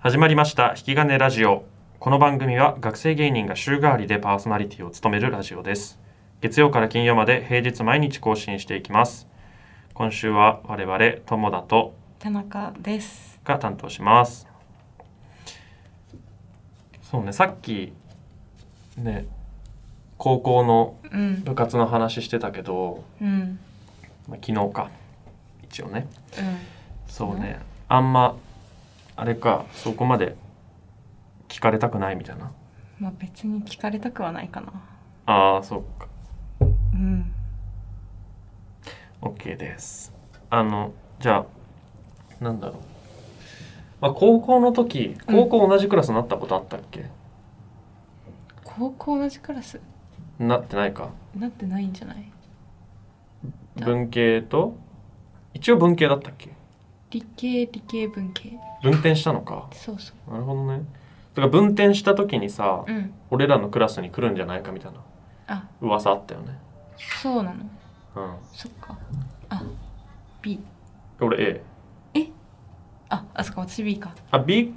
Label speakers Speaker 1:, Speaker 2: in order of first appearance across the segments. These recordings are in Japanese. Speaker 1: 始まりました引き金ラジオこの番組は学生芸人が週替わりでパーソナリティを務めるラジオです月曜から金曜まで平日毎日更新していきます今週は我々友田と
Speaker 2: 田中です。
Speaker 1: が担当しますそうねさっきね高校の
Speaker 2: うん、
Speaker 1: 部活の話してたけど、
Speaker 2: うん、
Speaker 1: まあ、昨日か一応ね
Speaker 2: う、
Speaker 1: そうね、あんまあれかそこまで聞かれたくないみたいなん
Speaker 2: まあ別に聞かれたくはないかな。
Speaker 1: ああそうか
Speaker 2: うん、
Speaker 1: OK ですあのじゃあなんだろう、まあ、高校の時高校同じクラスになったことあったっけ、
Speaker 2: 高校同じクラス
Speaker 1: なってないか
Speaker 2: なってないんじゃない？
Speaker 1: 文系と一応文系だったっけ
Speaker 2: 理系理系文系。
Speaker 1: 分転したのか
Speaker 2: そうそう。
Speaker 1: なるほどねだから分転した時にさ、
Speaker 2: うん、
Speaker 1: 俺らのクラスに来るんじゃないかみたいな
Speaker 2: あ、
Speaker 1: 噂あったよね
Speaker 2: そうな
Speaker 1: う
Speaker 2: の。
Speaker 1: ん
Speaker 2: そっか。あ、B。
Speaker 1: 俺 A
Speaker 2: あ、あそっか私 B か。
Speaker 1: あ B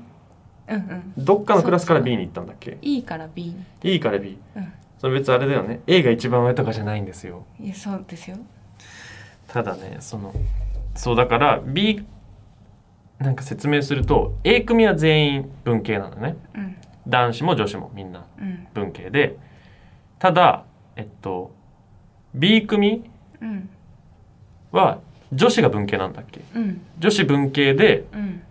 Speaker 2: うんうん。
Speaker 1: どっかのクラスから B に行ったんだっけ
Speaker 2: E から B に。
Speaker 1: いいから B
Speaker 2: う
Speaker 1: それ別にあれだよね A が一番上とかじゃないんですよ
Speaker 2: ん。いやそうですよ。
Speaker 1: ただねそのそうだから B なんか説明すると A 組は全員文系なのね
Speaker 2: うん
Speaker 1: 男子も女子もみんな
Speaker 2: うん
Speaker 1: 文系でただえっと B 組
Speaker 2: うん
Speaker 1: は女子が文系なんだっけ
Speaker 2: うん
Speaker 1: 女子文系で、
Speaker 2: うん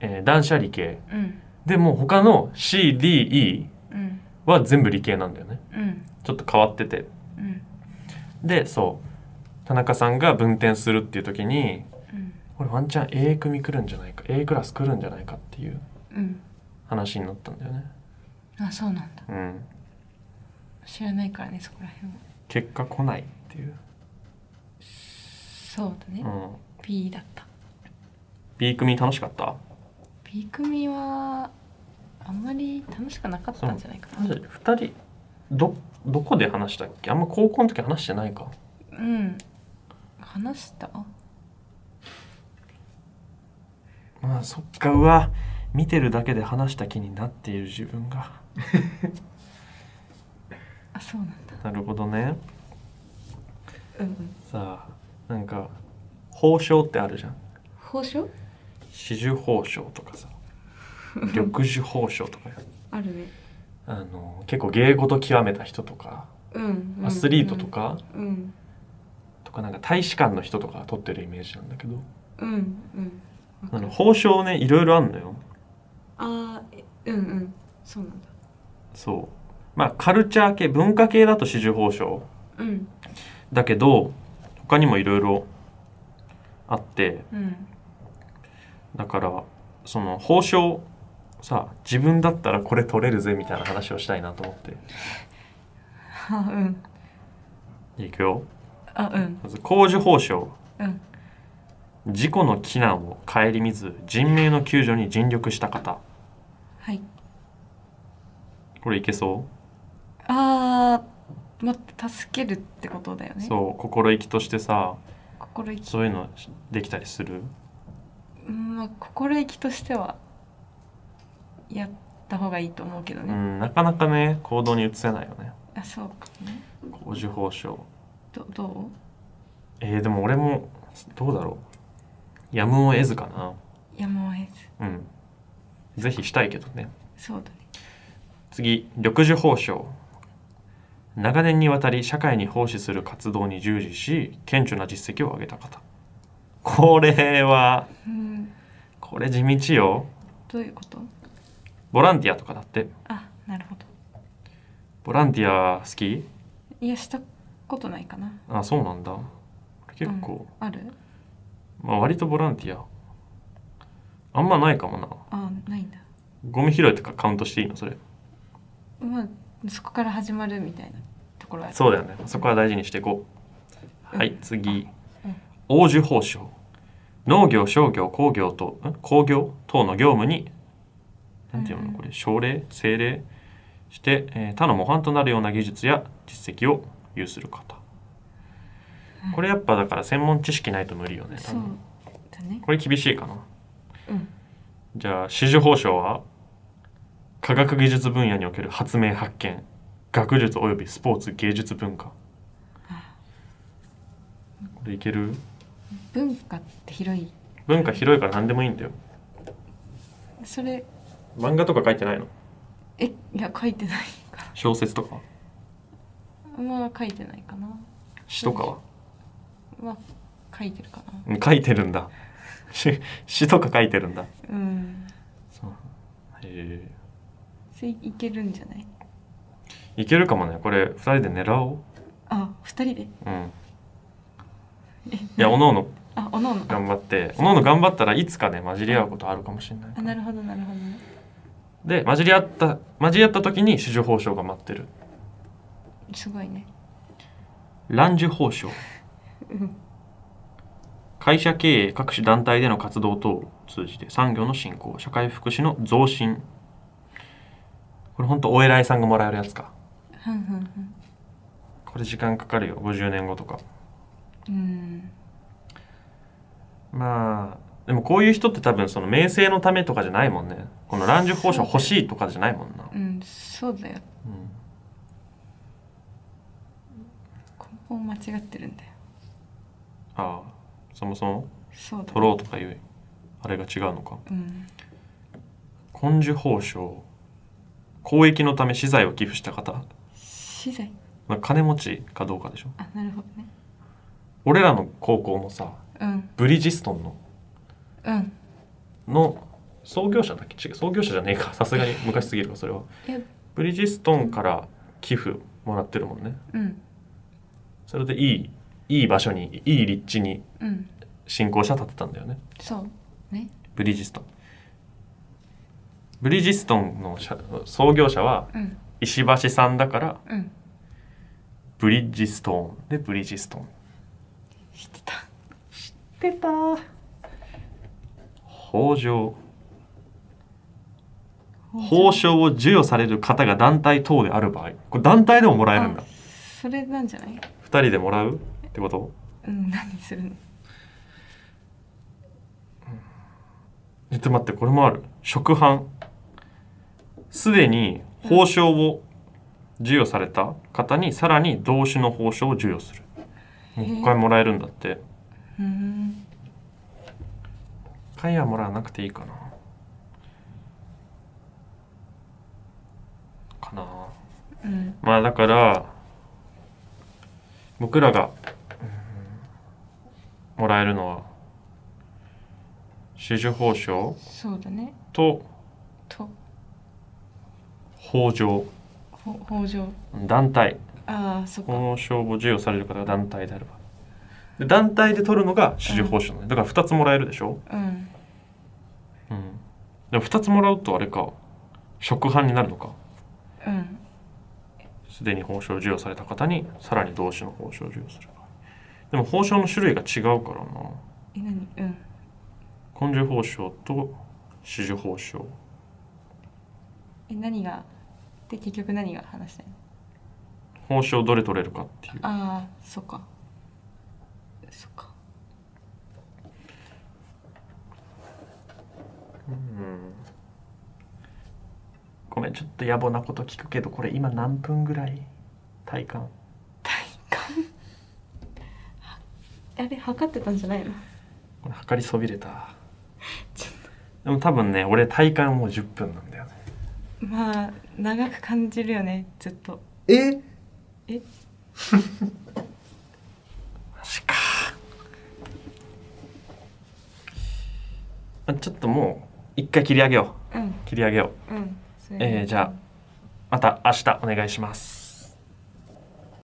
Speaker 1: えー男子は理系
Speaker 2: うん
Speaker 1: でもう他の CDE
Speaker 2: うん
Speaker 1: は全部理系なんだよね
Speaker 2: うん
Speaker 1: ちょっと変わってて
Speaker 2: うん
Speaker 1: でそう田中さんが分転するっていう時に
Speaker 2: うん
Speaker 1: 俺ワンチャン A 組来るんじゃないか A クラス来るんじゃないかっていう
Speaker 2: うん。
Speaker 1: 話になったんだよね
Speaker 2: あ、そうなんだ。
Speaker 1: うん
Speaker 2: 知らないからねそこら辺は。
Speaker 1: 結果来ないっていう、
Speaker 2: そうだね
Speaker 1: う。ん、
Speaker 2: B だった。
Speaker 1: B 組楽しかった
Speaker 2: B 組はあんまり楽しくなかったんじゃないか
Speaker 1: マ
Speaker 2: な
Speaker 1: ジで2人どどこで話したっけあんま高校の時話してないか
Speaker 2: うん話した
Speaker 1: まあそっかうわ見てるだけで話した気になっている自分が
Speaker 2: あそうなん
Speaker 1: な
Speaker 2: だ
Speaker 1: るほどね
Speaker 2: うん
Speaker 1: さあなんか報奨ってあるじゃん
Speaker 2: 報酬
Speaker 1: 四樹報奨とか さ緑樹報奨とか
Speaker 2: あるね
Speaker 1: あの結構芸事極めた人とか
Speaker 2: うん
Speaker 1: アスリートとか、
Speaker 2: うん
Speaker 1: とかなんか大使館の人とかが取ってるイメージなんだけど
Speaker 2: うんうん
Speaker 1: あの報奨ねいろいろあんのよ
Speaker 2: あうんうんそうなんだ
Speaker 1: そうまあカルチャー系文化系だと四十報奨
Speaker 2: うん
Speaker 1: だけど他にもいろいろあって
Speaker 2: うん
Speaker 1: だからその報奨さ自分だったらこれ取れるぜみたいな話をしたいなと思って
Speaker 2: あうん
Speaker 1: いくよ
Speaker 2: あうん
Speaker 1: まず工事報奨
Speaker 2: うん
Speaker 1: 事故の危難を顧みず人命の救助に尽力した方
Speaker 2: はい
Speaker 1: これいけそ
Speaker 2: あーま助けるってことだよ
Speaker 1: う
Speaker 2: ね
Speaker 1: そう心意気としてさ
Speaker 2: 心意気
Speaker 1: そういうのできたりする
Speaker 2: うんまあ心意気としてはやった方がいいと思うけど
Speaker 1: う
Speaker 2: ね、
Speaker 1: ん、なかなかね行動に移せないよね
Speaker 2: あそうかね
Speaker 1: 工事報奨
Speaker 2: どど
Speaker 1: えー、でも俺もどうだろうやむを得ずか
Speaker 2: うやむを得ず
Speaker 1: なうんぜひしたいけどね
Speaker 2: そうだね
Speaker 1: 次緑樹報奨長年にわたり社会に奉仕する活動に従事し顕著な実績を上げた方これは
Speaker 2: うん
Speaker 1: これ地道よ
Speaker 2: どういうこと
Speaker 1: ボランティアとかだって
Speaker 2: あなるほど
Speaker 1: ボランティア好き
Speaker 2: いやしたことないかな
Speaker 1: あそうなんだ結構、
Speaker 2: ある
Speaker 1: まあ、割とボランティアあんまないかもな
Speaker 2: あないんだ
Speaker 1: ゴミ拾いとかカウントしていいのそれ
Speaker 2: まあそこから始まるみたいなところは
Speaker 1: そう
Speaker 2: う
Speaker 1: だよねそこは大事にしていこう
Speaker 2: うん
Speaker 1: はい次
Speaker 2: うん
Speaker 1: 王樹報奨農業商業工業とん工業等の業務になんていう
Speaker 2: うん
Speaker 1: の
Speaker 2: うん
Speaker 1: これ奨励政令して、えー他の模範となるような技術や実績を有する方
Speaker 2: うん
Speaker 1: これやっぱだから専門知識ないと無理よね多
Speaker 2: そう
Speaker 1: 分
Speaker 2: だね
Speaker 1: これ厳しいかな
Speaker 2: うん
Speaker 1: じゃあ紫綬褒章は科学技術分野における発明発見学術およびスポーツ芸術文化これいける
Speaker 2: 文化って広い
Speaker 1: 文化広いから何でもいいんだよ
Speaker 2: それ
Speaker 1: 漫画とか書いてないの
Speaker 2: えいや書いてないか
Speaker 1: 小説とか
Speaker 2: あんま書いてないかな
Speaker 1: 詩とかは
Speaker 2: まあ書いてるかな
Speaker 1: うん書いてるんだ詩詩とか書いてるんだ
Speaker 2: うん
Speaker 1: そうへえ
Speaker 2: それいけるんじゃない
Speaker 1: いけるかもねこれ2人で狙おう
Speaker 2: あ二人で
Speaker 1: うん
Speaker 2: え
Speaker 1: いやおのおの
Speaker 2: あおのおの
Speaker 1: 頑張っておのおの頑張ったらいつかね混じり合うことあるかもしれない
Speaker 2: あなるほどなるほどね
Speaker 1: で混じり合った混じり合った時に紫綬褒章が待ってる
Speaker 2: すごいね
Speaker 1: 蘭寿褒章
Speaker 2: うん
Speaker 1: 会社経営各種団体での活動等を通じて産業の振興社会福祉の増進これほんとお偉いさんがもらえるやつか
Speaker 2: ふんふんふん
Speaker 1: これ時間かかるよ50年後とか
Speaker 2: うん
Speaker 1: まあでもこういう人って多分その名声のためとかじゃないもんねこの蘭寿褒章欲しいとかじゃないもんな、
Speaker 2: うんそうだよ
Speaker 1: うん
Speaker 2: 根本間違ってるんだよ
Speaker 1: ああそもそも
Speaker 2: そうだ
Speaker 1: 取ろうとかいうあれが違うのか
Speaker 2: うん
Speaker 1: 根樹報奨公益のため資材を寄付した方、
Speaker 2: 資材
Speaker 1: まあ、金持ちかどうかでしょ
Speaker 2: あなるほどね
Speaker 1: 俺らの高校もさ
Speaker 2: うん
Speaker 1: ブリヂストンの
Speaker 2: うん
Speaker 1: の創業者だっけ違う創業者じゃねえか さすがに昔すぎるかそれはい
Speaker 2: や
Speaker 1: ブリヂストンから寄付もらってるもんね
Speaker 2: うん
Speaker 1: それでいいいい場所にいい立地に
Speaker 2: うん
Speaker 1: 新校舎建てたんだよね
Speaker 2: そうね
Speaker 1: ブリヂストンブリヂストンの社創業者は
Speaker 2: うん
Speaker 1: 石橋さんだから
Speaker 2: うん
Speaker 1: ブリッジストーンでブリッジストーン
Speaker 2: 知ってた
Speaker 1: 出た北条報奨を授与される方が団体等である場合これ団体でももらえるんだ
Speaker 2: あそれなんじゃない
Speaker 1: 2人でもらうってこと
Speaker 2: うん何するの
Speaker 1: ちょっと待ってこれもある食飯すでに報奨を授与された方にさらに同種の報奨を授与するもう一回もらえるんだって
Speaker 2: うーん
Speaker 1: 一回はもらわなくていいかなかな
Speaker 2: うん
Speaker 1: まあだから僕らがうんもらえるのは紫綬褒章
Speaker 2: そうだね
Speaker 1: と
Speaker 2: と
Speaker 1: 褒章
Speaker 2: ほ北条
Speaker 1: 団体
Speaker 2: ああそっか
Speaker 1: 褒章を授与される方が団体であればで団体で取るのが紫綬褒章なのねだから2つもらえるでしょ、
Speaker 2: うん
Speaker 1: うん、でも2つもらうとあれか食飯になるのか
Speaker 2: うん
Speaker 1: すでに報奨授与された方にさらに同種の報奨授与する場合でも報奨の種類が違うからな
Speaker 2: え何うん
Speaker 1: 根性報奨と紫綬報奨
Speaker 2: え何がで結局何が話したいの
Speaker 1: 報奨どれ取れるかっていう
Speaker 2: ああそっかそっか
Speaker 1: ごめんちょっと野暮なこと聞くけどこれ今何分ぐらい体感
Speaker 2: 体感あれ測ってたんじゃないの
Speaker 1: これ測りそびれたでも多分ね俺体感もう10分なんだよね
Speaker 2: まあ長く感じるよねずっと
Speaker 1: え
Speaker 2: え
Speaker 1: マジかあちょっともう一回切り上げよ
Speaker 2: うん
Speaker 1: う切り上げよう
Speaker 2: うんそれ
Speaker 1: えーじゃあまた明日お願いします